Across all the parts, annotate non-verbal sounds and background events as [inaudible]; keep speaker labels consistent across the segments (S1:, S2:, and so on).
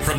S1: from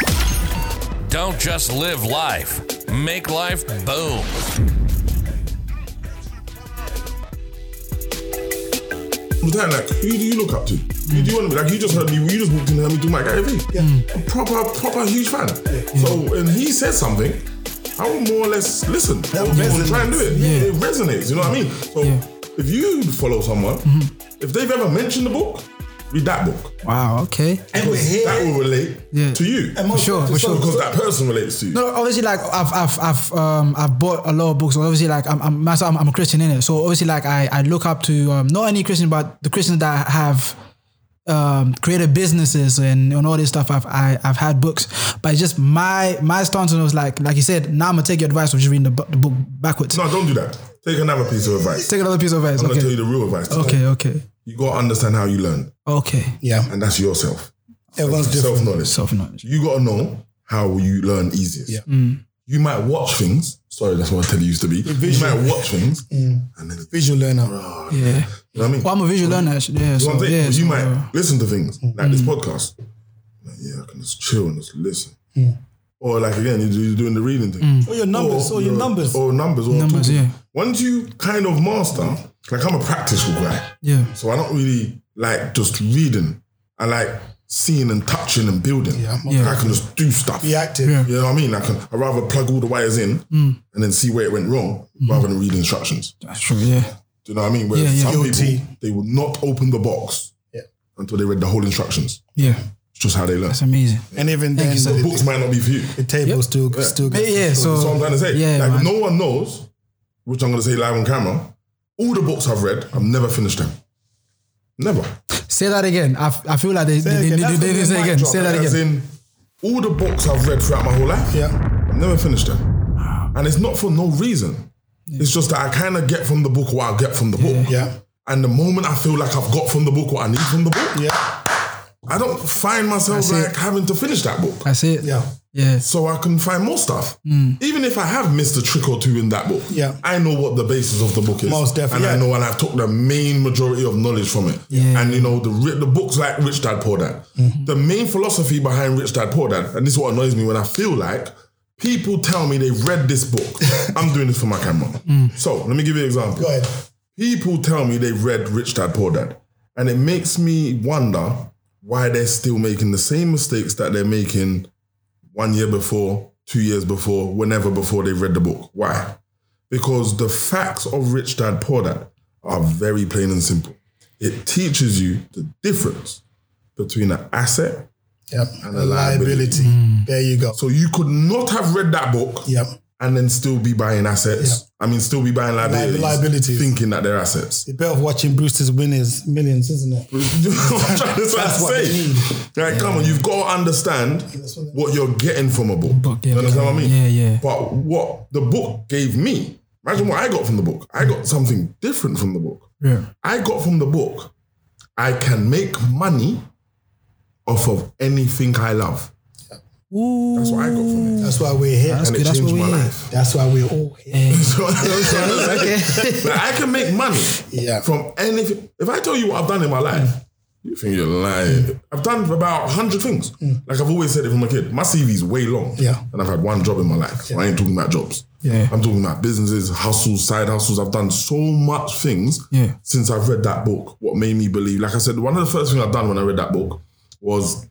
S1: Don't just live life, make life boom.
S2: Lieutenant, like, who do you look up to? Who do you want to be? Like, you just heard me, you just walked in and heard me do my Gary Vee. I'm proper, proper huge fan. So, and he said something, I will more or less listen. I will more try and do it.
S3: Yeah.
S2: It resonates, you know what I mean? So, if you follow someone,
S3: Mm-hmm.
S2: if they've ever mentioned the book, read that book.
S3: Wow. Okay.
S4: And we're here.
S2: That will relate
S3: Yeah.
S2: to you.
S4: and most
S3: For sure,
S4: of the
S3: for sure.
S4: songs-
S2: Because that person relates to you.
S3: No, obviously, like I've, I've, I've, um, I've bought a lot of books. and Obviously, like I'm, I'm, myself, I'm, I'm a Christian in it. So obviously, like I, I look up to um, not any Christian, but the Christians that have um, created businesses and, and all this stuff. I've, I, I've had books, but it's just my, my stance on it was like, like you said, now I'm gonna take your advice of just reading the, bu- the book backwards.
S2: No, don't do that. Take another piece of advice.
S3: Take another piece of advice.
S2: I'm going to tell you
S3: Okay.
S2: the real advice. today.
S3: Okay. Okay.
S2: You got to understand how you learn,
S3: Okay.
S4: Yeah,
S2: and that's yourself.
S4: everyone's different.
S2: Self knowledge.
S3: Self knowledge.
S2: you gotta know how you learn easiest.
S4: Yeah.
S3: Mm.
S2: You might watch things. Sorry, that's what I tell you used to be. You
S4: visual. Mm.
S2: might watch things and then
S4: Visual learner.
S2: oh, you
S3: Yeah.
S2: know what I mean?
S3: Well, I'm a visual learner. Actually. Yeah.
S2: You know what I'm
S3: So,
S2: saying?
S3: yeah. Mm.
S2: But you
S3: so-
S2: might listen to things like this podcast. Like, yeah, I can just chill and just listen. Or like again, you're do- you're doing the reading thing.
S4: Mm. Or your numbers, or your
S2: you're-
S4: numbers.
S2: Or numbers. Or
S3: Mm. Numbers,
S2: talking.
S3: yeah.
S2: Once you kind of master, like I'm a practical guy.
S3: Yeah.
S2: So I don't really like just reading. I like seeing and touching and building.
S4: Yeah.
S3: Yeah.
S2: I can just do stuff.
S4: Be active.
S3: Yeah. Mm.
S2: You know what I mean? I can I rather plug all the wires in and then see where it went wrong rather than read instructions. Do
S3: That's true. Yeah.
S2: you know what I mean? Whereas
S3: Mm. Yeah, yeah.
S2: some
S4: Guilty.
S2: people they will not open the box
S4: Yeah.
S2: until they read the whole instructions.
S3: Yeah.
S2: It's just how they learn.
S3: That's amazing.
S4: And even then,
S3: you, sir.
S4: the,
S2: Books might not be for you.
S4: the table still, still
S3: Yeah.
S4: good.
S3: yeah so.
S2: That's what I'm trying to say.
S3: Yeah,
S2: like
S3: man.
S2: no one knows, which I'm gonna say live on camera. All the books I've read, I've never finished them. Never.
S3: Say that again. I, f- I feel like they,
S4: it
S3: they, they,
S4: again.
S3: they,
S4: That's
S3: they didn't say
S4: what we mic
S3: again.
S4: drop.
S3: Say that
S2: As
S3: again.
S2: in, all the books I've read throughout my whole life,
S4: Yeah.
S2: I've never finished them. And it's not for no reason. It's just that I kind of get from the book what I get from the book.
S4: Yeah.
S2: And the moment I feel like I've got from the book what I need from the book,
S4: Yeah.
S2: I don't find myself
S3: That's it.
S2: like having to finish that book.
S3: That's it.
S4: Yeah.
S3: Yeah.
S2: So I can find more stuff. Even if I have missed a trick or two in that book,
S4: Hmm. Yeah.
S2: I know what the basis of the book is.
S4: Most definitely.
S2: And I
S4: Yeah.
S2: know and I've took the main majority of knowledge from it.
S3: Yeah.
S2: And you know, the ri- the books like Rich Dad Poor Dad.
S4: Mm-hmm.
S2: The main philosophy behind Rich Dad Poor Dad, and this is what annoys me when I feel like people tell me they've read this
S4: [laughs]
S2: book. I'm doing this for my camera.
S4: Hmm.
S2: So let me give you an example
S4: Go ahead.
S2: people tell me they've read Rich Dad Poor Dad, and it makes me wonder why they're still making the same mistakes that they're making one year before, two years before, whenever before they read the book. Why? Because the facts of Rich Dad Poor Dad are very plain and simple. It teaches you the difference between an asset.
S4: Yep.
S2: And a liability.
S3: Mm.
S4: There you go.
S2: So you could not have read that book
S4: Yep.
S2: and then still be buying assets. I mean, still be buying liabilities,
S4: liabilities.
S2: thinking that they're assets.
S4: The bit of watching Brewster's winners millions, isn't it?
S2: [laughs] You know what I'm trying to
S4: That's what they
S2: say?
S4: need.
S2: Like, come on, you've got to understand
S4: what they-
S2: what you're getting from a book.
S3: Book, yeah,
S2: you understand what I mean?
S3: yeah, yeah.
S2: But what the book gave me, imagine what I got from the book. I got something different from the book.
S3: Yeah.
S2: I got from the book, I can make money off of anything I love. That's what I got from it.
S4: That's why we're here.
S3: That's
S2: And
S3: good.
S2: it
S3: That's
S2: changed
S3: what we
S2: my
S3: need.
S2: life.
S4: That's why we're all here. [laughs]
S2: So, [laughs] like, I can make money
S4: Yeah.
S2: from anything. If I tell you what I've done in my life, you think you're lying. I've done about 100 things. Like I've always said it from a kid. My CV's way long.
S4: Mm. Yeah.
S2: And I've had one job in my life. So I ain't talking about jobs.
S3: Yeah.
S2: I'm talking about businesses, hustles, side hustles. I've done so much things
S3: Yeah.
S2: since I've read that book. What made me believe? Like I said, one of the first things I've done when I read that book was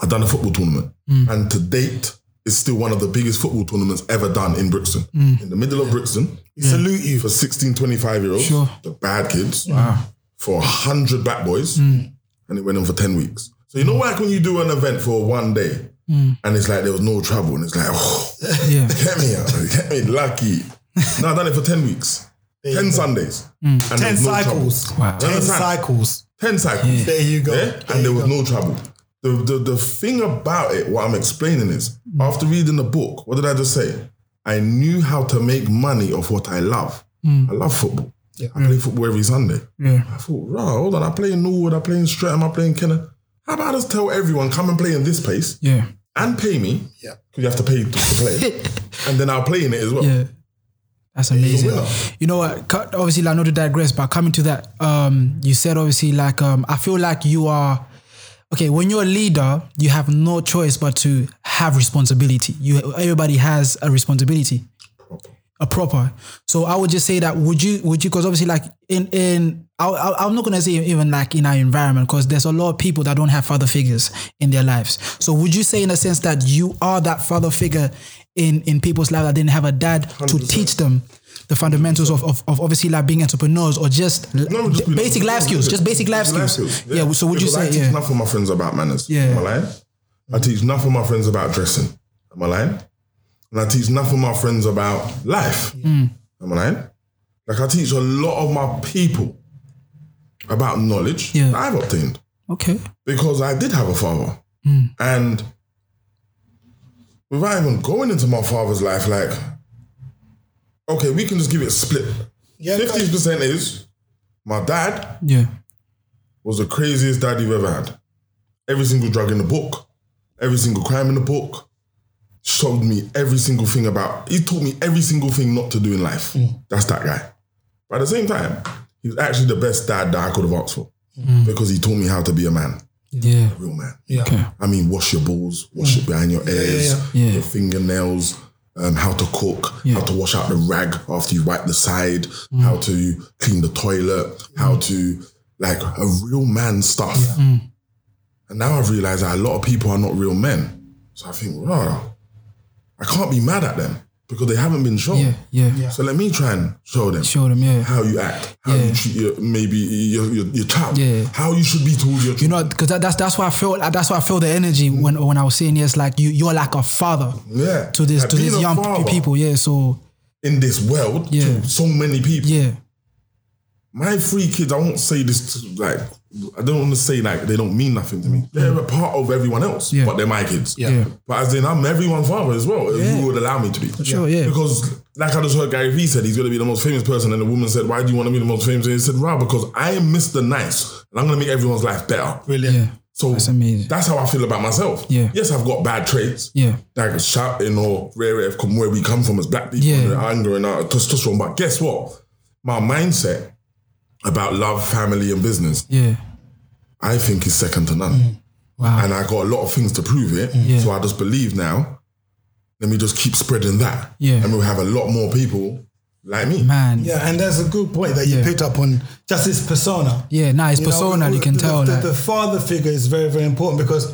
S2: I've done a football tournament.
S3: Mm.
S2: And to date, it's still one of the biggest football tournaments ever done in Brixton.
S3: Mm.
S2: In the middle of Brixton,
S4: Salute you.
S2: for 16, 25 year olds,
S3: Sure.
S2: the bad kids, for
S3: Mm.
S2: 100 black boys, and it went on for 10 weeks. So, you know, like when you do an event for one day and it's like there was no trouble, and it's like, oh,
S3: Yeah.
S2: get me, out, get me lucky. no, I've done it for ten weeks, ten Sundays, and there
S4: Ten
S2: was no
S4: cycles.
S2: trouble. Do you
S4: Ten
S2: understand?
S4: cycles.
S2: Ten cycles.
S4: There you go.
S2: Yeah?
S3: Eh?
S4: There
S2: and there
S4: you
S2: was
S4: go.
S2: no trouble. The, the the thing about it, what I'm explaining is,
S3: Mm.
S2: after reading the book, what did I just say? I knew how to make money of what I love. I love football. I play football every Sunday.
S3: Mm. Yeah.
S2: I thought, rah, hold on, I play in Norwood, I play in Streatham, I play in Kenner. How about I just tell everyone, come and play in this place
S3: Yeah.
S2: and pay me?
S4: Yeah.
S2: Because you have to pay to, to
S3: [laughs]
S2: play. and then I'll play in it as well.
S3: Yeah. That's amazing.
S2: winner.
S3: You know what? cut- Obviously, like not to digress, but coming to that, um, you said obviously like um, I feel like you are okay. When you're a leader, you have no choice but to have responsibility. You everybody has a responsibility, a proper. So I would just say that would you would you because obviously like in in I, I, I'm not gonna say even like in our environment because there's a lot of people that don't have father figures in their lives. So would you say in a sense that you are that father figure? In, in people's life that didn't have a dad to teach them the fundamentals of, of, of obviously like being entrepreneurs or just,
S2: No, just be-
S3: basic life
S2: no,
S3: skills,
S2: just-
S3: just basic life
S2: just
S3: skills. Yeah. So would you
S2: because
S3: say
S2: I teach
S3: yeah?
S2: nothing my friends about manners?
S3: Yeah.
S2: Am I lying? I teach nothing my friends about dressing. Am I lying? And I teach nothing my friends about life.
S3: Hmm.
S2: Am I lying? Like I teach a lot of my people about knowledge
S3: Yeah.
S2: that I've obtained
S3: Okay.
S2: because I did have a father.
S3: Hmm.
S2: And without even going into my father's life, like, okay, we can just give it a split.
S4: Yeah,
S2: Fifty percent is my dad
S3: Yeah.
S2: was the craziest dad you've ever had. Every single drug in the book, every single crime in the book, showed me every single thing about. He taught me every single thing not to do in life. That's that guy. But at the same time, he was actually the best dad that I could have asked for because he taught me how to be a man,
S3: Yeah.
S2: a real man.
S4: Yeah.
S2: I mean, wash your balls, wash it behind your ears,
S3: Mm. yeah. Yeah.
S2: your fingernails, um, how to cook, how to wash out the rag after you wipe the side,
S3: Mm.
S2: how to clean the toilet, how to like a real man stuff.
S3: Mm.
S2: And now I've realized that a lot of people are not real men. So I think, wow, I can't be mad at them because they haven't been shown.
S3: Yeah. Yeah.
S2: So let me try and show them
S3: Show them. Yeah.
S2: how you act, how
S3: Yeah.
S2: you treat your, maybe your, your, your child,
S3: Yeah.
S2: how you should be towards your
S3: You
S2: children.
S3: know, because that, that's that's why I felt that's why I felt the energy when when I was saying yes, like you you're like a father
S2: yeah.
S3: to this
S2: Like
S3: to
S2: being
S3: these
S2: a
S3: young
S2: father
S3: people. Yeah. So
S2: in this world
S3: Yeah.
S2: to so many people.
S3: yeah.
S2: My three kids, I won't say this to, like, I don't want to say like they don't mean nothing to me. They're a part of everyone else,
S3: Mm. Yeah.
S2: but they're my kids.
S3: Yeah.
S2: But as in, I'm everyone's father as well, if
S3: Yeah.
S2: you would allow me to be.
S3: sure, yeah.
S2: Because, like I just heard Gary Vee said, he's going to be the most famous person. And the woman said, Why do you want to be the most famous? And he said, Right, because I am Mr. Nice and I'm going to make everyone's life better.
S4: Brilliant.
S3: Yeah.
S2: So
S3: That's amazing.
S2: That's how I feel about myself.
S3: Yeah.
S2: Yes, I've got bad traits.
S3: Yeah.
S2: Like shouting or rare earth from where we come from as black people
S3: Yeah.
S2: and the anger and our testosterone. But guess what? My mindset about love, family, and business,
S3: Yeah.
S2: I think is second to none.
S3: Mm. Wow. Mm.
S2: And I got a lot of things to prove it.
S3: Yeah.
S2: So I just believe now, let me just keep spreading that.
S3: Yeah.
S2: And we'll have a lot more people like me.
S3: Man. Yeah.
S4: Yeah, and that's a good point that you
S3: Yeah.
S4: picked up on just his persona.
S3: Yeah. Nah, his
S4: You know,
S3: persona, you can
S4: the-
S3: tell.
S4: The,
S3: like,
S4: the father figure is very, very important because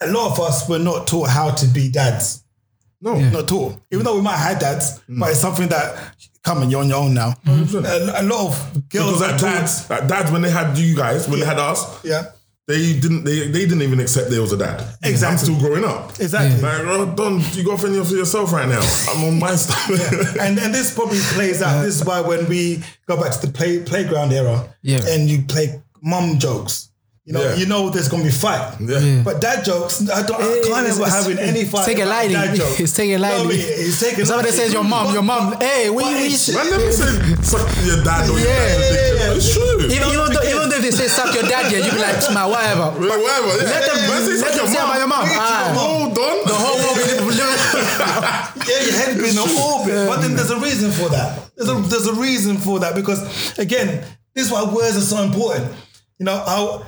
S4: a lot of us were not taught how to be dads.
S2: No.
S4: Not taught. Even though we might have had dads,
S2: Mm.
S4: but it's something that, come on, you're on your own now.
S3: Mm.
S4: A, a lot of girls
S2: Because
S4: are
S2: at
S4: taught-
S2: dads, at dads, when they had you guys, when they had us,
S4: Yeah.
S2: they didn't they, they didn't even accept they was a dad.
S4: Exactly.
S2: I'm still growing up.
S4: Exactly.
S2: Like, oh, Don, you got fending for yourself right now. I'm on my
S3: [laughs]
S2: stuff.
S4: and and this probably plays out. This is why when we go back to the play playground era,
S3: Yeah.
S4: and you play mum jokes, you know,
S2: Yeah.
S4: you know there's gonna be fight.
S2: Yeah.
S4: But dad jokes, I don't. I
S3: It's-
S4: can't remember
S3: it's-
S4: having any fight.
S3: It's taken
S4: about
S3: lightly.
S4: Dad jokes.
S3: [laughs] It's taken
S4: You know what I
S3: lightly.
S4: mean? It's taken.
S3: Somebody
S4: lightly.
S3: says your mom,
S4: But-
S3: your mom. Hey, we
S4: but
S3: we.
S4: it's-
S2: Man never said suck your dad or your
S3: Yeah,
S2: dad's dick.
S4: yeah, yeah.
S2: It's true.
S3: Even,
S4: don't
S3: even, though,
S4: forget.
S3: even though if they say suck your dad, yeah, you be like, my whatever.
S2: Wait, whatever. Yeah.
S3: Let them-
S2: Man say
S3: let
S2: suck
S3: them
S2: your
S3: say
S2: mom.
S3: about your mom.
S2: Wait,
S3: Ah.
S2: Hold on.
S3: The whole world will be-
S4: Yeah, your head been on orbit. But then there's a reason for that. There's a there's a reason for that because again, this is why words are so important. You know, our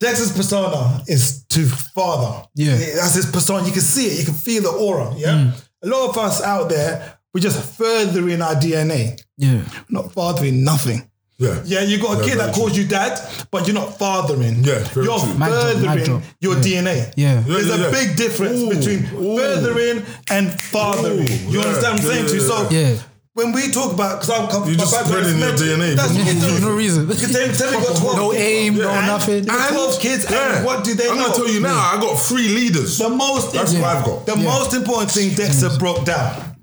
S4: Dexter's persona is to father.
S3: Yeah.
S4: That's his persona. You can see it, you can feel the aura. Yeah. A lot of us out there, we're just furthering our DNA.
S3: Yeah.
S4: We're not fathering nothing.
S2: Yeah.
S4: Yeah, you got a
S2: Yeah,
S4: kid
S2: very
S4: that calls you dad, but you're not fathering.
S2: Yeah, very
S4: you're
S2: true.
S3: My job, my
S4: furthering
S3: job.
S4: your
S3: Yeah.
S4: DNA.
S3: Yeah. Yeah,
S4: there's
S2: yeah,
S4: a
S2: yeah.
S4: big difference
S2: Ooh,
S4: between
S2: ooh.
S4: furthering and fathering.
S2: Ooh,
S4: you
S2: yeah,
S4: understand what I'm
S2: yeah,
S4: saying to you?
S2: yeah,
S4: So
S3: yeah. Yeah.
S4: when we talk about because I'm
S2: You're just spreading your DNA.
S4: That's what
S2: [laughs]
S4: we
S3: [laughs]
S4: do.
S3: no reason.
S4: You can tell, tell me what 12
S3: No
S4: kids
S3: aim,
S4: are.
S3: no
S4: And
S3: nothing.
S4: you got 12 kids, and
S2: Yeah.
S4: what do they
S2: I'm
S4: know?
S2: gonna tell you now. I got three leaders.
S4: The most
S2: That's what I've got.
S4: The
S3: Yeah.
S4: most important thing Dexter broke down.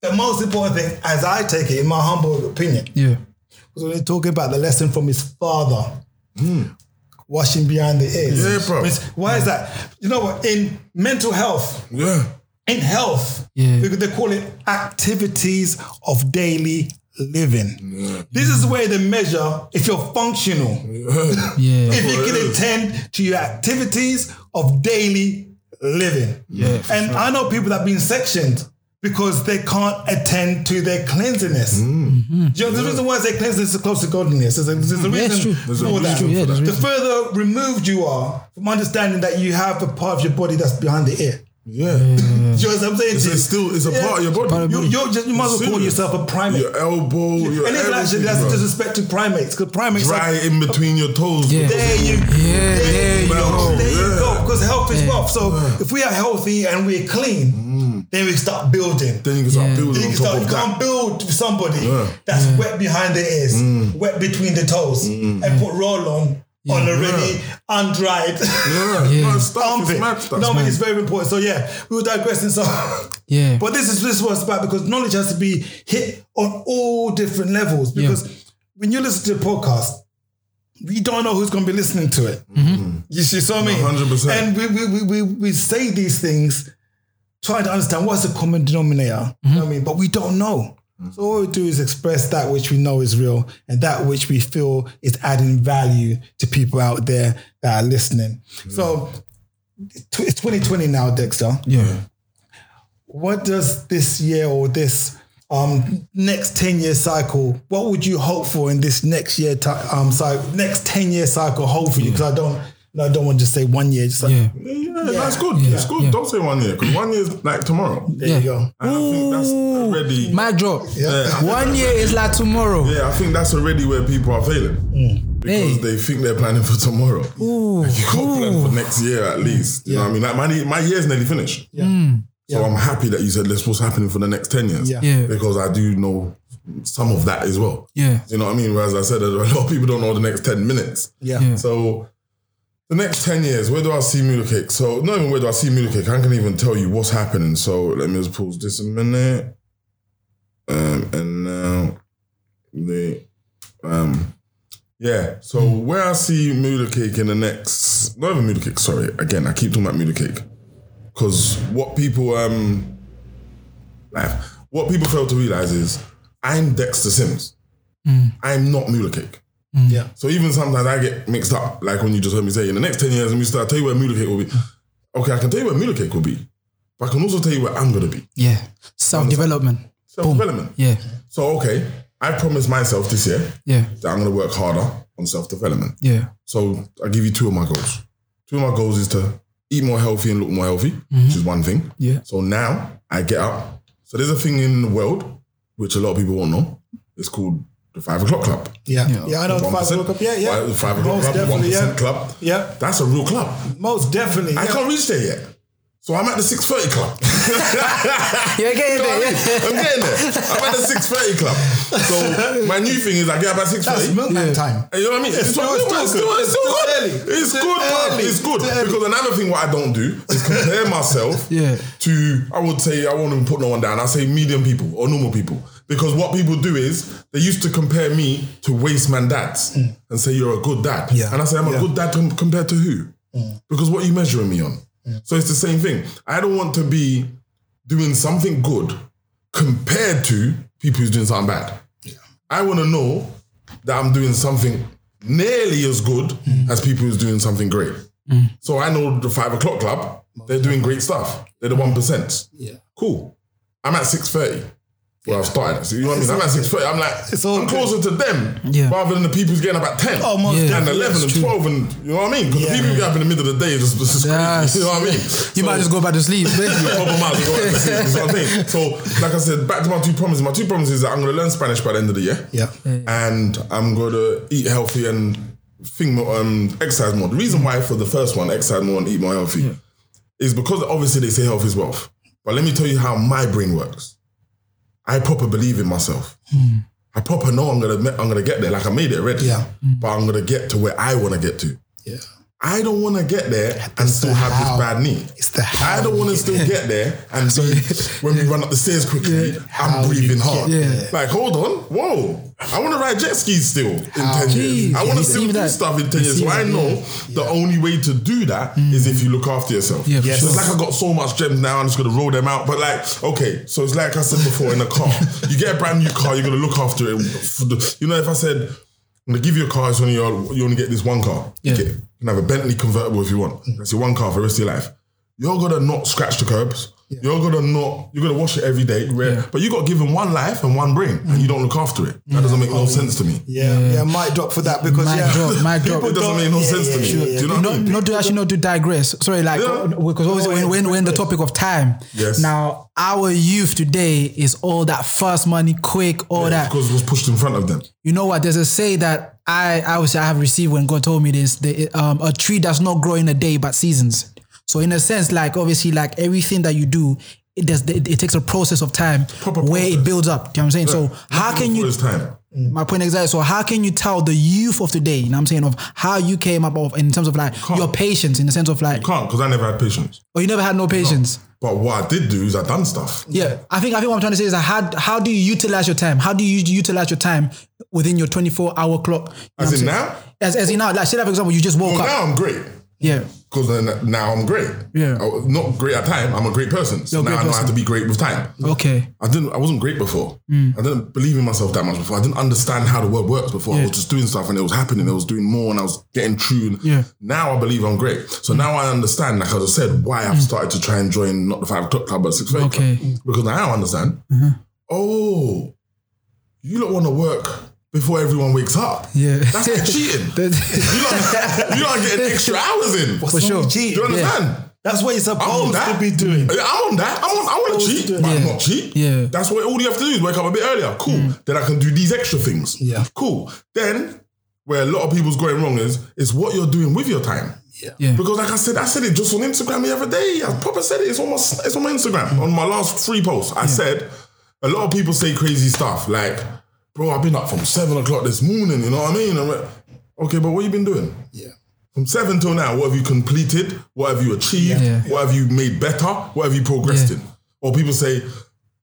S4: The most important thing, as I take it, in my humble opinion,
S3: [laughs] Yeah.
S4: was when they're talking about the lesson from his father, washing behind the ears.
S2: Hmm. Yeah, bro.
S4: It's- Why is that? You know what? In mental health,
S2: Yeah.
S4: in health,
S3: Yeah.
S4: because they call it activities of daily living. This is where they measure if you're functional,
S3: Yeah.
S4: if you
S2: what it
S4: can
S2: is.
S4: attend to your activities of daily living.
S3: Yeah, for
S4: and I know people that have been sectioned because they can't attend to their cleanliness.
S2: Mm.
S3: Mm-hmm.
S4: You know, the reason why I say cleanliness is close to godliness. There's a, there's a
S3: Yeah, it's
S4: reason
S3: Mm-hmm. true. There's
S2: a
S4: for that.
S2: reason
S3: for Yeah, there's that.
S4: the
S3: reason.
S4: further removed you are from understanding that you have a part of your body that's behind the ear.
S2: Yeah.
S4: Do you know what I'm saying?
S2: It's
S4: to
S2: a
S4: you?
S2: still. It's a
S4: Yeah.
S2: part of your
S3: Part
S2: body.
S3: of
S4: You, you're just, you might as well call
S2: Serious.
S4: yourself a primate.
S2: Your elbow. Your
S4: Anything like that,
S2: everything,
S4: that's
S2: bro.
S4: disrespect to primates because primates are
S2: right in between your toes.
S3: Yeah.
S2: bro.
S4: There you,
S3: Yeah,
S4: there
S3: there
S4: you
S3: you
S4: go.
S2: go.
S4: There you
S2: Yeah. Mm.
S4: go. Because health is
S3: Yeah.
S4: wealth. So if we are healthy and we're clean, then we start building.
S2: Then you can start
S3: Yeah.
S2: building
S4: You
S2: on
S4: can
S2: top
S4: start, you
S2: of
S4: can't
S2: that.
S4: build somebody
S2: Yeah. Mm.
S4: that's wet behind the ears, wet between the toes, and put roll on on already undried.
S2: Yeah.
S3: Yeah.
S2: Man,
S4: [laughs]
S2: stuff
S4: armpit.
S2: is mad stuff.
S4: No, but it's very important. So yeah, we were digressing. So [laughs]
S3: Yeah.
S4: but this is this is what it's about because knowledge has to be hit on all different levels. Because when you listen to a podcast, we don't know who's going to be listening to it. You see, so me,
S2: 100%.
S4: And we we, we we we say these things, trying to understand what's the common denominator. You know what I mean, but we don't know. So all we do is express that which we know is real and that which we feel is adding value to people out there that are listening. So tw- it's 2020 now, Dexter
S3: Yeah.
S4: what does this year or this um, next 10 year cycle what would you hope for in this next year ti um cycle next 10 year cycle hold for you because i don't i don't want to just say one year just like
S3: Yeah.
S2: Yeah, that's good. It's good.
S3: Yeah.
S2: Don't say one year because one year is like tomorrow.
S4: there
S3: Yeah.
S4: you go
S2: And I think that's already.
S3: My drop.
S2: Yeah, I think
S3: One year is like tomorrow.
S2: Yeah, I think that's already where people are failing because
S3: Mm. Hey.
S2: they think they're planning for tomorrow. Like you got to plan for next year at least. You know what I mean? Like my my year's nearly finished.
S4: yeah
S2: So I'm happy that you said let's what's happening for the next ten years.
S4: Yeah.
S3: Mm. Yeah.
S2: Because I do know some of that as well.
S3: Yeah.
S2: You know what I mean? Whereas I said a lot of people don't know the next ten minutes.
S4: yeah,
S3: Yeah.
S2: So the next 10 years, where do I see Mula Kick? So not even where do I see Mula Kick, I can even tell you what's happening. So let me just pause this a minute. Um, and now the um yeah, so where I see Mula Kick in the next not even Mula Kick, sorry. Again, I keep talking about Mula Kick. Cause what people um like, what people fail to realise is I'm Dexter Sims. I'm not Mula Kick.
S4: yeah.
S2: So even sometimes I get mixed up, like when you just heard me say, in the next 10 years, let me start, I'll tell you where Moolah Cake will be. Okay, I can tell you where Moolah Cake will be, but I can also tell you where I'm going to be.
S3: Yeah. Self development.
S2: Self-development.
S3: Yeah.
S2: So, okay, I promised myself this year
S3: Yeah.
S2: that I'm going to work harder on self-development.
S3: Yeah.
S2: So I give you two of my goals. Two of my goals is to eat more healthy and look more healthy,
S4: Mm-hmm.
S2: which is one thing.
S3: Yeah.
S2: So now I get up. So there's a thing in the world, which a lot of people won't know. It's called the five o'clock club.
S4: yeah yeah i know the
S2: 1%.
S4: five o'clock club. yeah yeah
S2: Five, five o'clock
S4: most
S2: club, one
S4: definitely yeah
S2: percent club.
S4: yeah
S2: That's a real club.
S4: most definitely
S2: I
S4: yeah.
S2: can't reach there yet. So I'm at the 630
S4: [laughs]
S2: club.
S3: You're getting there. Yeah.
S2: I'm getting there. I'm at the 630 club. So my new thing is I get up at
S4: that's
S2: 630.
S4: milkman time
S2: You know what I mean? It's,
S4: still- it's still
S2: it's still-
S4: good.
S2: it's still
S4: It's
S2: good.
S4: early.
S2: It's
S4: Still
S2: good, man.
S4: early.
S2: It's good.
S4: Still early.
S2: Because another thing what I don't do is compare [laughs] myself
S3: Yeah.
S2: to I won't say I won't even put no one down. I say medium people or normal people. Because what people do is they used to compare me to waste man dads and say you're a good dad.
S4: Yeah.
S2: And I say I'm
S4: Yeah.
S2: a good dad com- compared to who? Because what are you measuring me on? So it's the same thing. I don't want to be doing something good compared to people who's doing something bad. I want to know that I'm doing something nearly as good
S4: Mm.
S2: as people who's doing something great. So I know the five o'clock club, they're doing great stuff. They're the one percent.
S4: yeah
S2: Cool. I'm at six thirty. Well, I've started. So you know what I mean? I'm at six thirty. I'm like,
S4: It's all
S2: I'm
S4: good.
S2: closer to them
S3: Yeah.
S2: rather than the people who's getting up at ten
S4: oh most
S3: Yeah.
S2: and
S4: definitely
S2: eleven and
S3: true.
S2: twelve and you know what I mean? Because
S4: Yeah.
S2: the people who get up in the middle of the day is just, it's just
S3: Yes.
S2: crazy. [laughs] You know what I mean?
S4: [laughs]
S3: You might
S2: So-
S3: just
S2: [laughs]
S3: go back to [laughs] sleep.
S2: couple of miles ago. That's what I'm saying. So, like I said, back to my two promises. My two promises is that I'm going to learn Spanish by the end of the year.
S4: Yeah.
S2: And I'm going to eat healthy and thing more, um, exercise more. The reason why for the first one, exercise more and eat more healthy, is because obviously they say health is wealth. But let me tell you how my brain works. I proper believe in myself. I proper know I'm gonna I'm gonna get there. Like I made it already.
S4: Hmm. Yeah.
S2: But I'm gonna get to where I wanna get to.
S4: Yeah.
S2: I don't want to get there and still
S4: the
S2: have
S4: how.
S2: this bad knee.
S4: It's the
S2: I
S4: how
S2: don't want
S4: you
S2: to
S4: get
S2: still get there and be, when we run up the stairs quickly,
S4: How
S2: I'm
S4: you
S2: breathing
S4: get
S2: hard.
S3: there.
S2: Like, hold on, whoa! I want to ride jet skis still
S4: How
S2: in ten years.
S3: you
S2: I want to
S3: receive
S2: still do
S3: that.
S2: stuff in ten years. So
S3: Receive
S2: I
S3: that,
S2: know the only way to do that
S4: Mm.
S2: is if you look after yourself.
S3: Yeah, for
S2: So
S3: sure.
S2: It's like I got so much gems now. I'm just gonna roll them out. But like, okay, so it's like I said before in a car. you get a brand new car, you're gonna look after it. For the- You know, if I said. I'm gonna give you a car. It's only your, you only get this one car.
S3: Yeah. Mm.
S2: Okay. You can have a Bentley convertible if you want. That's your one car for the rest of your life. You're gonna not scratch the curbs. You're gonna not. You're gonna wash it every day. Rare. But you got given one life and one brain, and you don't look after it. That doesn't make
S3: Mm.
S2: no sense to me.
S4: Yeah, yeah, mic drop for that because
S3: Mic
S4: yeah,
S3: drop, mic drop.
S2: It doesn't make no sense to me. Do you know what I
S3: not,
S2: mean?
S3: not to actually not to digress. Sorry, like uh,
S2: Yeah.
S3: because always when, when we're in the topic of time.
S2: Yes.
S3: Now our youth today is all that fast money, quick, all that.
S2: Because it was pushed in front of them.
S3: You know what? There's a say that I I would say I have received when God told me this. The, um, a tree does not grow in a day, but seasons. So in a sense, like obviously, like everything that you do. It, does, it, it takes a process of time
S2: Proper
S3: where
S2: process.
S3: it builds up. Do you know what I'm saying? So how can you
S2: It's time.
S3: my point exactly. So how can you tell the youth of today, you know what I'm saying, of how you came up of in terms of like your patience, in the sense of like
S2: Can't because I never had patience.
S3: oh you never had no patience.
S2: But what I did do is I done stuff.
S3: Yeah. I think I think what I'm trying to say is that how how do you utilize your time? How do you utilize your time within your 24 hour clock? You know
S2: As
S3: what I'm
S2: in
S3: saying?
S2: now?
S3: As, as in now, like say that for example, you just woke
S2: Well,
S3: up.
S2: now I'm great.
S3: Yeah.
S2: because then now I'm great.
S3: Yeah.
S2: I was not great at time. I'm a great person. So
S3: You're
S2: now
S3: a great
S2: I know I have to
S3: person.
S2: be great with time.
S3: Okay. Mm.
S2: I didn't. I wasn't great before. I didn't believe in myself that much before. I didn't understand how the world works before. I was just doing stuff and it was happening. I was doing more and I was getting true.
S3: Yeah. Mm.
S2: Now I believe I'm great. So now I understand, like as I said, why I've started to try and join not the five o'clock club but six o'clock.
S3: Okay. Mm-hmm.
S2: Because now I understand. Oh, you don't want to work before everyone wakes up.
S3: Yeah.
S2: That's
S3: [laughs]
S2: like cheating. you don't. You don't get extra hours in.
S3: For sure.
S2: Do you understand?
S4: That's what you're
S2: I'm on
S4: supposed
S2: that.
S4: to be doing.
S2: Yeah, I'm on that. I'm on, I want to cheat, but I'm
S3: Yeah.
S2: not cheat.
S3: Yeah. Mm.
S2: That's what all you have to do is wake up a bit earlier. Cool. Then I can do these extra things.
S4: Yeah.
S2: Cool. Then where a lot of people's going wrong is is what you're doing with your time.
S3: Yeah.
S2: Because like I said, I said it just on Instagram the other day. I proper said it. It's on my it's on my Instagram. On my last three posts, I said a lot of people say crazy stuff like, "Bro, I've been up from seven o'clock this morning." You know what I mean? I'm like, okay, but what you been doing?
S4: Yeah.
S2: From seven till now, what have you completed? What have you achieved?
S3: Yeah.
S2: What have you made better? What have you progressed
S3: Yeah.
S2: in? Or people say,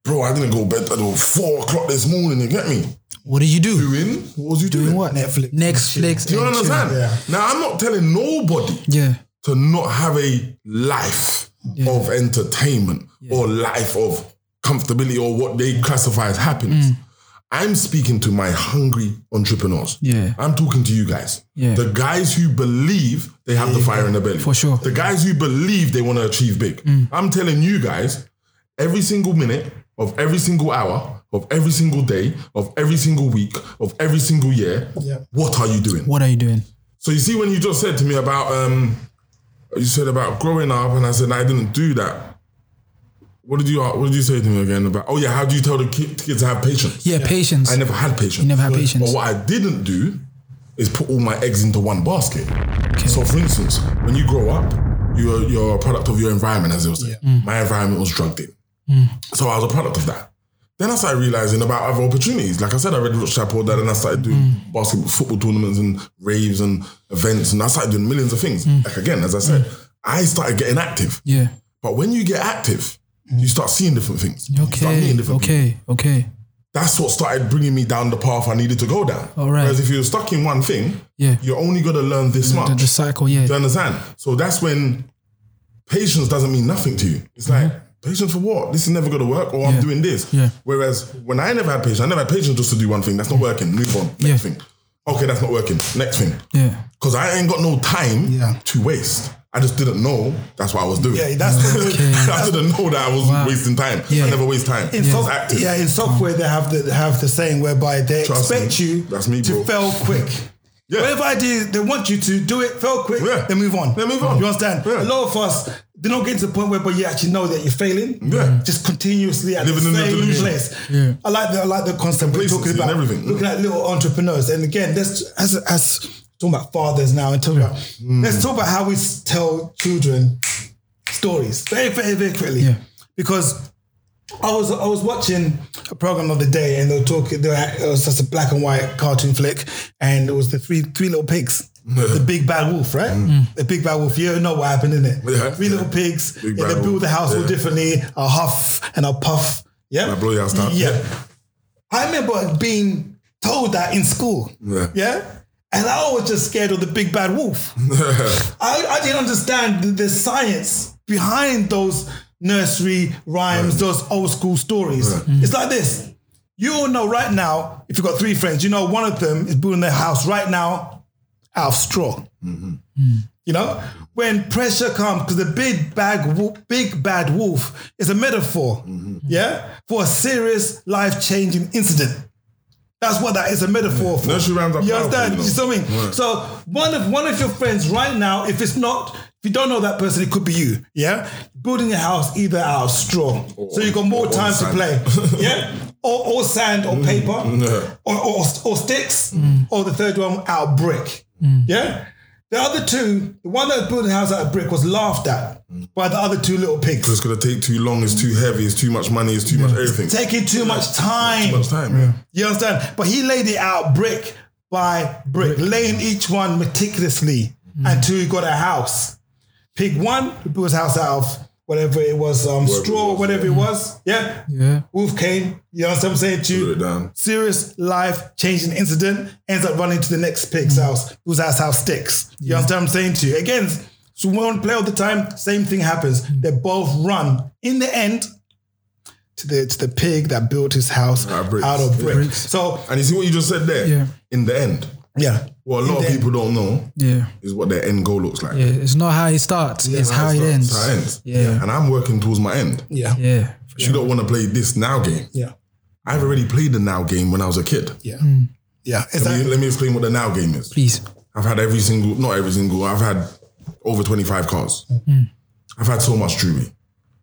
S2: "Bro, I didn't go to bed until four o'clock this morning." You get me?
S3: What did you do?
S2: Doing? What was you doing?
S3: Doing what?
S4: Netflix.
S3: Next flex.
S2: Do you understand?
S4: Yeah.
S2: Now I'm not telling nobody
S3: Yeah.
S2: to not have a life of entertainment or life of comfortability or what they classify as
S3: Mm.
S2: happiness. I'm speaking to my hungry entrepreneurs.
S3: Yeah.
S2: I'm talking to you guys.
S3: Yeah.
S2: The guys who believe they have the fire in their belly.
S3: For sure. Mm.
S2: The guys who believe they want to achieve big. I'm telling you guys, every single minute of every single hour, of every single day, of every single week, of every single year,
S4: Yeah.
S2: what are you doing?
S3: What are you doing?
S2: So you see, when you just said to me about um, you said about growing up, and I said I didn't do that. What did you What did you say to me again about? Oh yeah, how do you tell the ki- kids to have patience?
S3: Yeah, patience.
S2: I never had patience. You
S3: never had patience.
S2: But what I didn't do is put all my eggs into one basket. So for instance, when you grow up, you're you're a product of your environment, as it was.
S3: Mm.
S2: My environment was drugged in, so I was a product of that. Then I started realizing about other opportunities. Like I said, I read Rich Dad Poor Dad, and I started doing
S3: Mm.
S2: basketball, football tournaments, and raves and events, and I started doing millions of things.
S3: Mm.
S2: Like again, as I said, I started getting active.
S3: Yeah.
S2: But when you get active, you start seeing different things. You start
S3: Okay.
S2: meeting different people
S3: Okay. Okay.
S2: that's what started bringing me down the path I needed to go down.
S3: All right.
S2: Whereas if you're stuck in one thing,
S3: Yeah.
S2: you're only gonna learn this
S3: The,
S2: much.
S3: the cycle, yeah.
S2: Do you understand? So that's when patience doesn't mean nothing to you. It's like patience for what? This is never gonna work, or I'm
S3: Mm-hmm. Yeah.
S2: doing this.
S3: Yeah.
S2: Whereas when I never had patience, I never had patience just to do one thing. That's not working. Move on. Next
S3: Yeah.
S2: thing. Okay, that's not working. Next thing.
S3: Yeah.
S2: Because I ain't got no time
S4: Yeah.
S2: to waste. I just didn't know that's what I was doing.
S4: Yeah, that's
S2: [laughs]
S4: the
S2: I didn't know that I was wasting time.
S3: Yeah.
S2: I never waste time.
S4: in
S2: I was
S4: soft-
S2: active.
S4: yeah, in software they have the have the saying whereby they
S2: Trust
S4: expect
S2: me.
S4: you
S2: That's me,
S4: to
S2: bro.
S4: fail quick.
S2: Yeah.
S4: Whatever I do, they want you to do it, fail quick,
S2: Yeah.
S4: then move on.
S2: Then move on.
S4: You understand?
S2: Yeah.
S4: A lot of us do not get to the point where but you actually know that you're failing.
S2: Yeah.
S4: Just continuously at
S2: Living in
S4: the
S2: the
S4: same
S2: delusion.
S4: place.
S3: Yeah.
S4: I like the I like the concept we're talking
S2: Complacency and
S4: about.
S2: everything.
S4: Looking at little entrepreneurs. And again, let's as as talking about fathers now and talking about let's talk about how we s- tell children stories very, very, very quickly.
S3: Yeah.
S4: Because I was I was watching a program of the day, and they were talking. They were, it was just a black and white cartoon flick, and it was the three three little pigs, the big bad wolf, right? Mm. The big bad wolf. You know what happened, innit?
S2: Mm. Yeah.
S4: Three little pigs.
S2: Big
S4: yeah,
S2: bad
S4: they build
S2: wolf.
S4: the house all
S2: Yeah.
S4: differently. I'll huff and I'll puff. Yeah,
S2: Like blow your house down.
S4: Yeah, I remember being told that in school.
S2: Yeah.
S4: yeah? and I was just scared of the big bad wolf. I, I didn't understand the, the science behind those nursery rhymes, those old school stories. It's like this. You all know right now, if you've got three friends, you know one of them is building their house right now out of straw. You know? When pressure comes, because the big bad, wo- big bad wolf is a metaphor, yeah, for a serious life changing incident. That's what that is a metaphor for.
S2: Nursery rhymes are
S4: You
S2: powerful,
S4: understand?
S2: you know.
S4: You see what I mean?
S2: Right.
S4: So one of one of your friends right now, if it's not, if you don't know that person, it could be you. Yeah, building a house either out of straw, so you got more
S2: or
S4: time to
S2: sand. [laughs] Mm.
S4: play. Yeah, or, or sand or paper
S2: yeah.
S4: or, or or sticks or the third one out of brick. Yeah, the other two, the one that was building a house out of brick was laughed at by the other two little pigs.
S2: It's gonna take too long. It's too heavy. It's too much money. It's too much everything.
S4: Taking too much time.
S2: too much time. Yeah.
S4: You understand? But he laid it out brick by brick, laying each one meticulously
S2: Mm-hmm.
S4: until he got a house. Pig one, who built his house out of whatever it was, um,
S2: Whatever it
S4: straw,
S2: was,
S4: whatever
S2: yeah.
S4: it was. Yeah.
S3: Yeah.
S4: Wolf came, you know what I'm saying?
S2: Put it
S4: To
S2: down.
S4: serious life changing incident, ends up running to the next pig's house, whose house house sticks. You understand what I'm saying to you? Again, so one play all the time, same thing happens. They both run. In the end, to the to the pig that built his house
S2: Out of bricks.
S4: out of
S2: Yeah.
S4: brick.
S3: Bricks.
S4: So
S2: And you see what you just said there.
S3: Yeah.
S2: In the end,
S4: yeah.
S2: what a lot of
S4: the-
S2: people don't know
S3: Yeah.
S2: is what their end goal looks like.
S3: Yeah. It's not how it starts. it's how, it
S2: starts,
S3: ends.
S2: how it ends.
S3: Yeah.
S2: And I'm working towards my end.
S4: Yeah. Yeah.
S3: Yeah.
S2: But You don't want to play this now game.
S4: Yeah.
S2: I've already played the now game when I was a kid.
S4: Yeah. It's
S2: Let me,
S4: like,
S2: let me explain what the now game is.
S3: Please.
S2: I've had every single, not every single, I've had over 25 cars.
S3: Mm-hmm.
S2: I've had so much jewelry.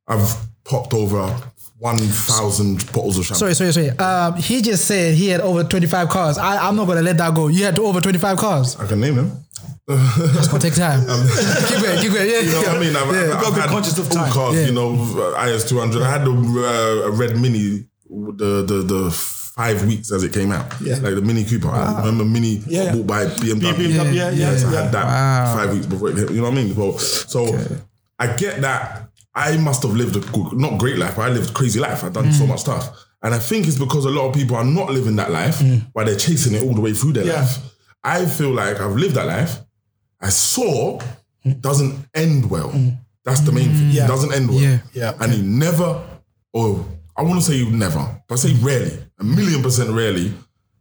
S2: I've popped over 1,000 bottles of champagne.
S3: Sorry, sorry, sorry. Um, he just said he had over 25 cars. I, I'm not going to let that go. You had over 25 cars.
S2: I can name them.
S3: It's going to
S2: [laughs]
S3: take time. [laughs] keep going, keep going. Yeah,
S2: You know what I mean? I've, I've,
S4: gotta
S2: I've
S4: be
S2: had
S4: conscious of
S2: all
S4: time.
S2: Cars,
S3: Yeah.
S2: You know, IS 200. I had the, uh, a red Mini, the, the, the five weeks as it came out.
S4: Yeah.
S2: Like the Mini Cooper.
S3: Ah.
S2: I remember Mini
S4: Yeah.
S2: bought by BMW.
S4: BMW, yeah, yeah,
S2: Yes, I
S4: yeah.
S2: had that
S3: Wow.
S2: five weeks before it hit. You know what I mean? Well, so I get that I must have lived a good, not great life, but I lived a crazy life. I've done so
S4: Mm.
S2: much stuff. And I think it's because a lot of people are not living that life while they're chasing it all the way through their
S4: Mm. Yeah.
S2: life. I feel like I've lived that life. I saw doesn't end well. That's the main thing. It doesn't end well.
S3: Yeah.
S4: Yeah.
S2: And he never, or I want to say you never, but I say rarely, a million percent rarely,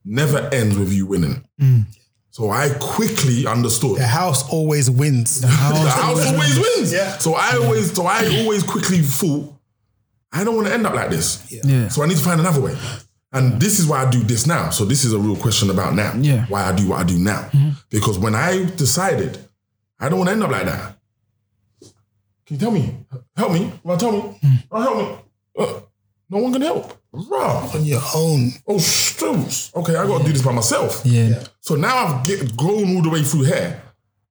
S2: never ends with you winning.
S4: Mm.
S2: So I quickly understood.
S4: the house always wins.
S2: The house always wins.
S4: Yeah.
S2: So I always, so I always quickly thought, I don't want to end up like this.
S3: Yeah.
S2: So I need to find another way. And this is why I do this now. So this is a real question about now.
S3: Yeah. Mm-hmm.
S2: Why I do what I do now. Because when I decided I don't want to end up like that, can you tell me? Help me. Well, tell me.
S3: Mm.
S2: Oh, help me. Uh, no one can help. Bruh.
S4: on your own.
S2: Oh, shoes. Okay, I got to do this by myself.
S3: Yeah.
S2: So now I've get, grown all the way through here.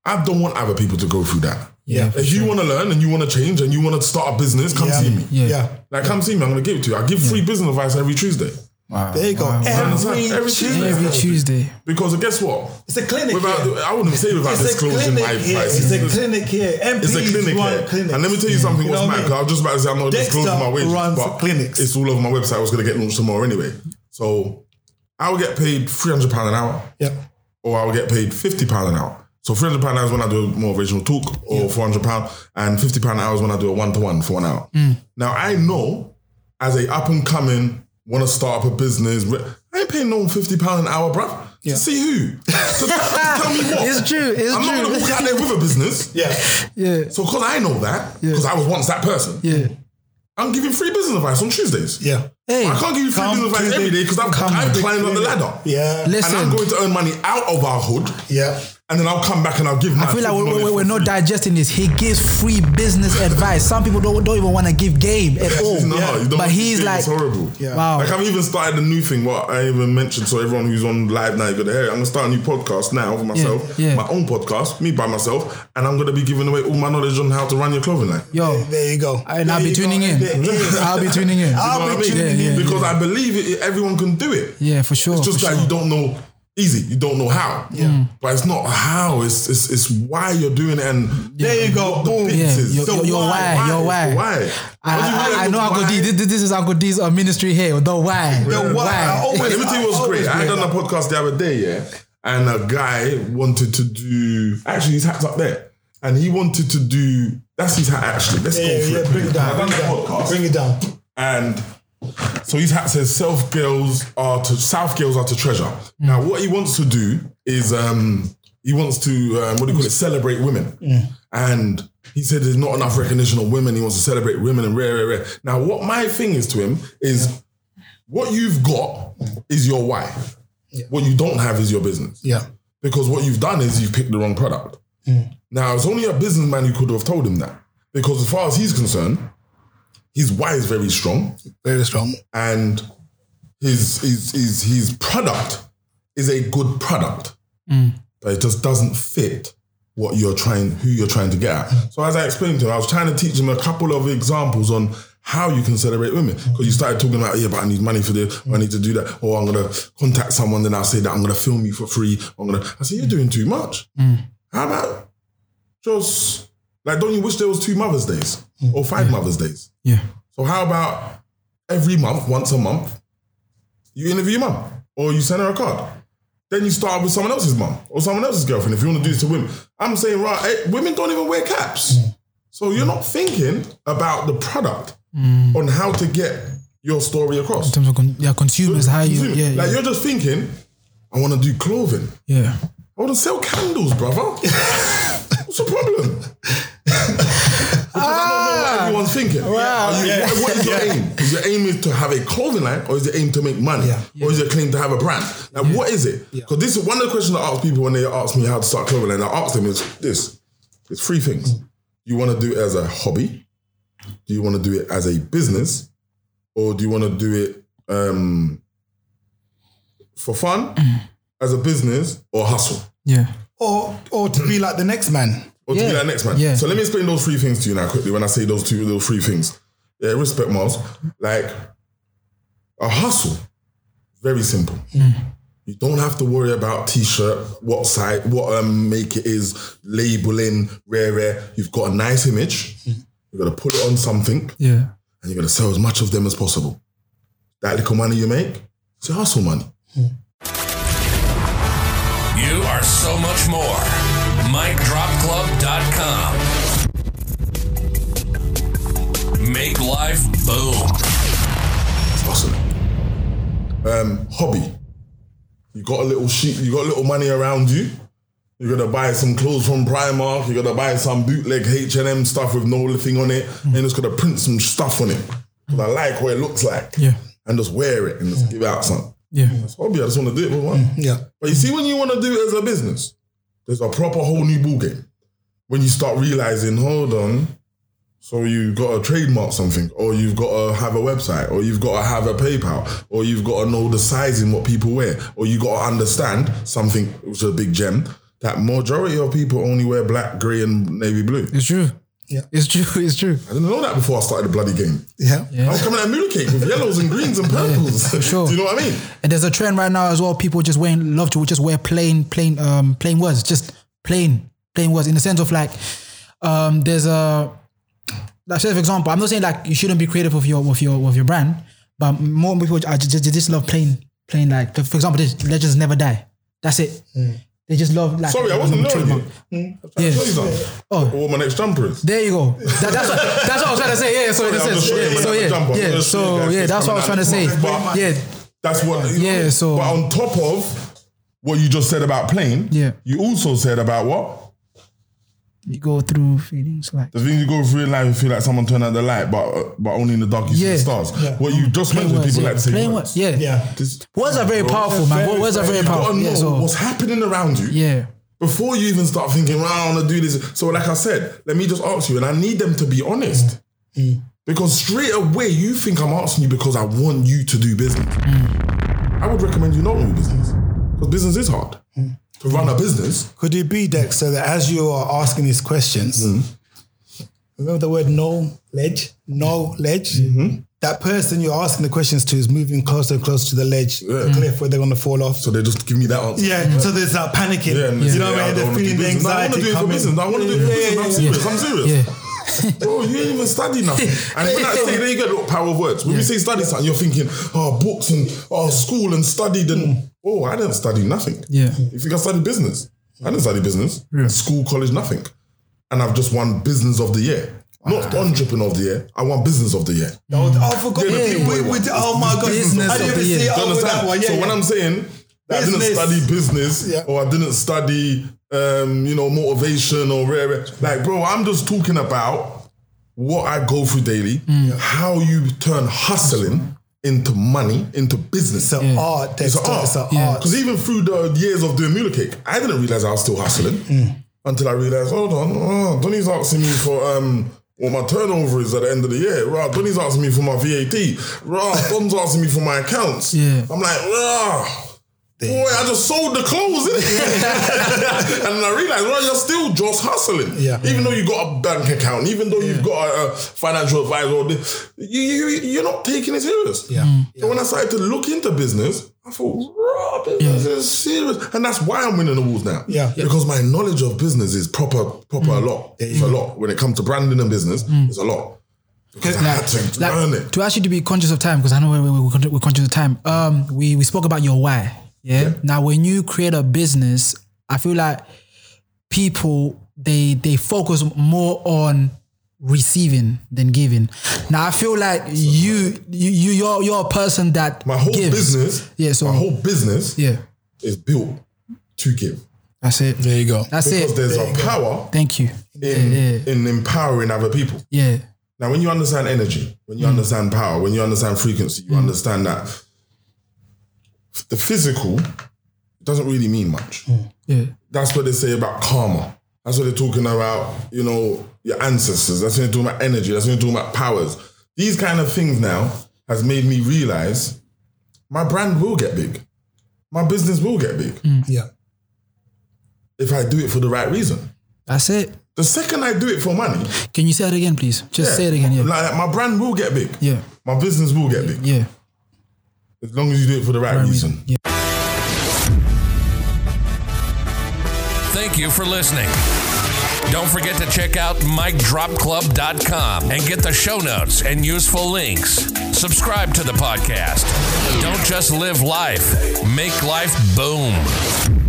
S2: I don't want other people to go through that.
S3: Yeah.
S2: If you want to learn and you want to change and you want to start a business, come
S4: Yeah.
S2: see me.
S3: Yeah.
S2: Like, come see me. I'm going to give it to you. I give
S4: Hmm.
S2: free business advice every Tuesday.
S4: There you go. Every,
S2: Every
S4: Tuesday.
S3: Every Tuesday.
S2: Because guess what?
S4: It's a clinic.
S2: Without,
S4: here.
S2: I wouldn't say without
S4: It's a
S2: disclosing
S4: clinic
S2: my
S4: here.
S2: prices.
S4: It's a clinic here. MPs
S2: It's a clinic,
S4: run
S2: here.
S4: clinics.
S2: And let me tell you something,
S4: You know
S2: what's
S4: what I
S2: mad,
S4: mean?
S2: 'cause I was just about to say I'm not
S4: Dexter
S2: disclosing my wages.
S4: runs
S2: but
S4: clinics.
S2: It's all over my website. I was going to get launched tomorrow anyway. So I will get paid £300 an hour.
S4: Yeah.
S2: or I'll get paid fifty pound an hour. So three hundred pound an hour is when I do a more original talk, or four hundred pound, and fifty pound an hour is when I do a one to one for an hour. Now I know, as a up and coming, want to start up a business. re- I ain't paying no one fifty pound an hour, bruv. To see who? to, to tell me what?
S3: It's true, it's
S2: I'm not
S3: true.
S2: gonna walk out there with a business.
S4: Yeah.
S3: Yeah.
S2: So because I know that, because I was once that person.
S3: Yeah.
S2: I'm giving free business advice on Tuesdays.
S4: Yeah.
S3: Hey,
S2: I can't give you free
S4: Come
S2: business advice
S4: to
S2: every
S4: the-
S2: day because I've, I've climbed on the ladder.
S4: Yeah.
S3: Listen.
S2: And I'm going to earn money out of our hood.
S4: Yeah.
S2: and then I'll come back and I'll give my
S3: I feel like
S2: full
S3: we're,
S2: knowledge
S3: we're,
S2: for
S3: we're not
S2: free.
S3: digesting this. He gives free business advice. Some people don't, don't even want to give
S2: [laughs]
S3: game at all.
S2: He's not, you don't
S3: but he's
S2: think
S3: like, Oh.
S2: it's horrible.
S3: wow.
S2: Like I've even started a new thing. What I even mentioned, so everyone who's on live now, you got to hear. it. I'm gonna start a new podcast now for myself,
S3: yeah.
S2: my own podcast, me by myself, and I'm gonna be giving away all my knowledge on how to run your clothing line.
S3: yo,
S4: There you go.
S3: and I'll
S4: There
S3: be
S4: you go.
S3: tuning
S2: [laughs]
S3: in.
S4: There it
S3: [laughs]
S4: is.
S3: I'll be tuning in.
S4: I'll
S2: You know what
S4: be
S2: I mean?
S4: tuning
S3: Yeah,
S4: in.
S3: yeah.
S2: because I believe it, everyone can do it.
S3: Yeah, for sure.
S2: It's just
S3: for
S2: that
S3: sure.
S2: you don't know easy. You don't know how. Yeah. But it's not how. It's it's, it's why you're doing it. And
S4: There you go. Boom.
S3: Yeah,
S2: This is-
S3: your-
S2: so
S3: your- your why, your
S2: It's
S3: why.
S2: the Why?
S3: I,
S2: What do you mean
S3: I, I
S2: the
S3: know Uncle
S2: why?
S3: D. This, this is Uncle D's uh, ministry here. The why.
S4: The why. I always-
S2: Oh, Let me tell you what's
S4: I
S2: great.
S4: always
S2: I had
S4: do
S2: done a podcast the other day, yeah, and a guy wanted to do. Actually, he's hacked up there, and he wanted to do. That's his hat. Actually, let's go
S4: Yeah,
S2: for
S4: yeah,
S2: it.
S4: bring it
S2: I've done
S4: down. Bring it
S2: the
S4: down.
S2: podcast.
S4: Bring it down.
S2: And so his hat says South girls are to South girls are to treasure. Now what he wants to do is um he wants to um, what do you call it celebrate women. And he said there's not enough recognition of women. He wants to celebrate women and rare, rare, rare. Now what my thing is to him is what you've got is your why. What you don't have is your business.
S4: Yeah.
S2: Because what you've done is you've picked the wrong product.
S4: Mm.
S2: Now, it's only a businessman who could have told him that. Because as far as he's concerned, his why is very strong
S4: Very strong.
S2: and his, his, his, his product is a good product.
S4: Mm.
S2: But it just doesn't fit what you're trying, who you're trying to get at. So as I explained to him, I was trying to teach him a couple of examples on how you can celebrate women. Because you started talking about, yeah, but I need money for this, or I need to do that, or I'm gonna contact someone, then I'll say that I'm gonna film you for free. I'm gonna I said, You're doing too much. How about just like don't you wish there was two Mother's Days or five Mother's Days?
S3: Yeah.
S2: So how about every month, once a month, you interview your mum or you send her a card. Then you start with someone else's mum or someone else's girlfriend if you want to do this to women. I'm saying, right, eh, women don't even wear caps.
S3: Mm.
S2: So you're not thinking about the product
S3: Mm.
S2: on how to get your story across.
S3: In terms of con- yeah, consumers, how you.
S2: Consumer.
S3: Yeah,
S2: like
S3: yeah,
S2: you're just thinking, I want to do clothing.
S3: yeah.
S2: I want to sell candles,
S4: [laughs]
S2: brother. What's the problem? Because I don't know what everyone's thinking. Are you-
S4: Ah. [laughs] Yeah.
S2: What is your aim? Is your aim is to have a clothing line, or is your aim to make money, or is your claim to have a brand? Like, what is it? Because this is one of the questions I ask people when they ask me how to start clothing line. I ask them is this: it's three things. You want to do it as a hobby? Do you want to do it as a business, or do you want to do it um, for fun,
S4: Mm.
S2: as a business, or hustle?
S3: Yeah.
S4: Or or to be like the next man.
S2: Or to
S3: Yeah.
S2: be that next man.
S3: Yeah.
S2: So let me explain those three things to you now quickly when I say those two those three things. Yeah, respect Miles. Like a hustle, very simple.
S3: Mm.
S2: You don't have to worry about t-shirt, what site, what um, make it is, labeling, rare, rare. You've got a nice image.
S3: Mm.
S2: You're gonna put it on something
S3: Yeah.
S2: and you're gonna sell as much of them as possible. That little money you make, it's your hustle money.
S1: You are so much more. MikeDropClub.com. Make life boom.
S2: hustling. Um, hobby. You got a little sheet. You got a little money around you. You're gonna buy some clothes from Primark. You're gonna buy some bootleg H and M stuff with no thing on it, and just gonna print some stuff on it. 'Cause I like what it looks like.
S3: Yeah.
S2: And just wear it and just give out some.
S3: Yeah.
S2: It's hobby. I just want to do it for one.
S4: Yeah.
S2: But you see, when you want to do it as a business, there's a proper whole new ball game. When you start realizing, hold on, so you got to trademark something, or you've got to have a website, or you've got to have a PayPal, or you've got to know the sizing what people wear, or you got to understand something, which is a big gem, that majority of people only wear black, grey, and navy blue.
S3: It's true. Yeah. It's true. [laughs] It's true.
S2: I didn't know that before I started the bloody game.
S4: Yeah.
S2: I was coming at Moolah Cake with yellows and greens
S3: [laughs]
S2: and purples.
S3: for sure.
S2: Do you know what I mean?
S3: And there's a trend right now as well. People just wearing love to just wear plain, plain, um, plain words. Just plain, plain words. In the sense of like, um, there's a like say for example. I'm not saying like you shouldn't be creative with your with your with your brand, but more people are just, just, just love plain, plain. Like for example, this legends never die. That's it. They just love like. um,
S2: Sorry, I wasn't knowing
S3: trademark. Hmm.
S2: you.
S3: Yeah.
S2: Tell you something.
S3: Oh.
S2: What my next jumper is.
S3: There you go. That, that's, what, that's what I was trying to say. Yeah. So in a
S2: I'm
S3: sense,
S2: just showing
S3: yeah.
S2: you
S3: So
S2: another jump
S3: yeah.
S2: off.
S3: Yeah.
S2: Just showing you
S3: So
S2: guys
S3: yeah.
S2: what's
S3: That's what I was
S2: coming
S3: trying to say.
S2: out. But-
S3: Yeah.
S2: That's what. you
S3: Yeah, so-
S2: But on top of what you just said about playing,
S3: Yeah.
S2: you also said about what
S3: You go through feelings like.
S2: the thing you go through in life, you feel like someone turned out the light, but but only in the dark you
S3: Yeah.
S2: see the stars. What you just mentioned, people like to say
S3: Plain words. Yeah.
S4: Yeah.
S2: This-
S3: Words are very
S2: Bro,
S3: powerful, man.
S4: very,
S3: Words are
S4: very
S3: very
S2: You gotta
S3: powerful.
S2: know
S3: Yeah, so,
S2: what's happening around you
S3: yeah.
S2: before you even start thinking, well, I want to do this. So, like I said, let me just ask you, and I need them to be honest.
S5: Mm.
S2: Because straight away, you think I'm asking you because I want you to do business.
S5: Mm.
S2: I would recommend you not do business because business is hard. To run a business,
S5: Could it be, Dex, so that as you are asking these questions,
S2: Mm-hmm.
S5: remember the word knowledge? Knowledge?
S2: Mm-hmm.
S5: That person you're asking the questions to is moving closer and closer to the ledge, the cliff where they're going to fall off.
S2: so they just give me that answer.
S5: yeah, so there's that panicking.
S2: Mm. Yeah, and
S5: You
S2: they
S5: know
S2: say,
S5: what I mean?
S2: don't
S5: They're
S2: wanna do
S5: feeling the
S2: business.
S5: anxiety.
S2: No, I want to do it for
S5: coming.
S2: business. I want to do it for
S5: Yeah, yeah,
S2: business. I'm
S5: yeah.
S2: serious. I'm serious.
S3: Yeah.
S2: [laughs] Bro, Oh, you ain't even study nothing. And when I say, there you go, look, power of words. When we say study something, you're thinking, oh, books and oh, school and studied and, oh, I didn't study nothing.
S3: Yeah.
S2: You think I studied business? I didn't study business. School, college, nothing. And I've just won business of the year. Not entrepreneur of the year. I won business of the year.
S4: Oh, I forgot.
S2: Yeah,
S4: we,
S2: the
S4: we, we,
S2: big
S4: oh my god!
S3: Business
S4: I didn't
S3: of
S4: even
S3: the
S4: see
S3: year.
S4: it.
S2: Do you
S4: Oh,
S2: understand?
S4: that one. Yeah,
S2: so
S4: yeah.
S2: when I'm saying that I didn't
S4: Business.
S2: study business
S5: Yeah.
S2: or I didn't study, um, you know, motivation or rare, rare- like, bro, I'm just talking about what I go through daily,
S4: Mm.
S2: how you turn hustling into money, into business.
S5: It's an art, Dex.
S2: It's
S5: It's
S2: an
S5: an art.
S2: art. Because even through the years of doing Mula Cake, I didn't realize I was still hustling
S5: Mm.
S2: until I realized, hold on, oh, Donny's asking me for um, what my turnover is at the end of the year. Right, Donny's asking me for my VAT.
S5: [laughs]
S2: Right, Don's asking me for my accounts.
S3: Yeah.
S2: I'm like, ah. Boy, I just sold the
S5: [laughs]
S2: clothes, innit? [laughs] and I realized, well, you're still just hustling.
S5: Yeah.
S2: Even though you got a bank account, even though you've got a, a financial advisor, or this, you, you, you're not taking it serious.
S5: Yeah. Mm.
S2: So when I started to look into business, I thought, raw, business is serious. And that's why I'm winning awards now.
S5: Yeah.
S2: Because my knowledge of business is proper, proper
S3: Mm.
S2: a lot. It's a lot. When it comes to branding and business, it's a lot. Because I had to
S3: like,
S2: learn it.
S3: To actually to be conscious of time, because I know we're, we're, we're, we're conscious of time. Um, we we spoke about your why. Yeah? Now, when you create a business, I feel like people they they focus more on receiving than giving. Now, I feel like you you you you're you're a person that
S2: My whole
S3: gives.
S2: business,
S3: Yeah, so-
S2: my whole business
S3: Yeah,
S2: is built to give.
S3: that's it.
S5: There you go.
S3: That's
S2: Because
S3: it.
S2: there's a power
S3: Thank you.
S2: in,
S3: Yeah.
S2: in empowering other people.
S3: Yeah.
S2: Now, when you understand energy, when
S3: Hmm.
S2: you understand power, when you understand frequency, you understand that the physical doesn't really mean much.
S3: Hmm. Yeah.
S2: That's what they say about karma. That's what they're talking about, you know, your ancestors. That's when they're talking about energy. That's when they're talking about powers. These kind of things now has made me realize my brand will get big. My business will get big
S3: Hmm.
S5: Yeah.
S2: if I do it for the right reason.
S3: That's it.
S2: The second I do it for money,
S3: Can you say it again, please? Just
S2: yeah,
S3: say it again. Yeah.
S2: like that, my brand will get big.
S3: yeah.
S2: My business will get big.
S3: Yeah.
S2: As long as you do it for the right, reason.
S3: Yeah.
S1: Thank you for listening. Don't forget to check out MikeDropClub.com and get the show notes and useful links. Subscribe to the podcast. Don't just live life, make life boom.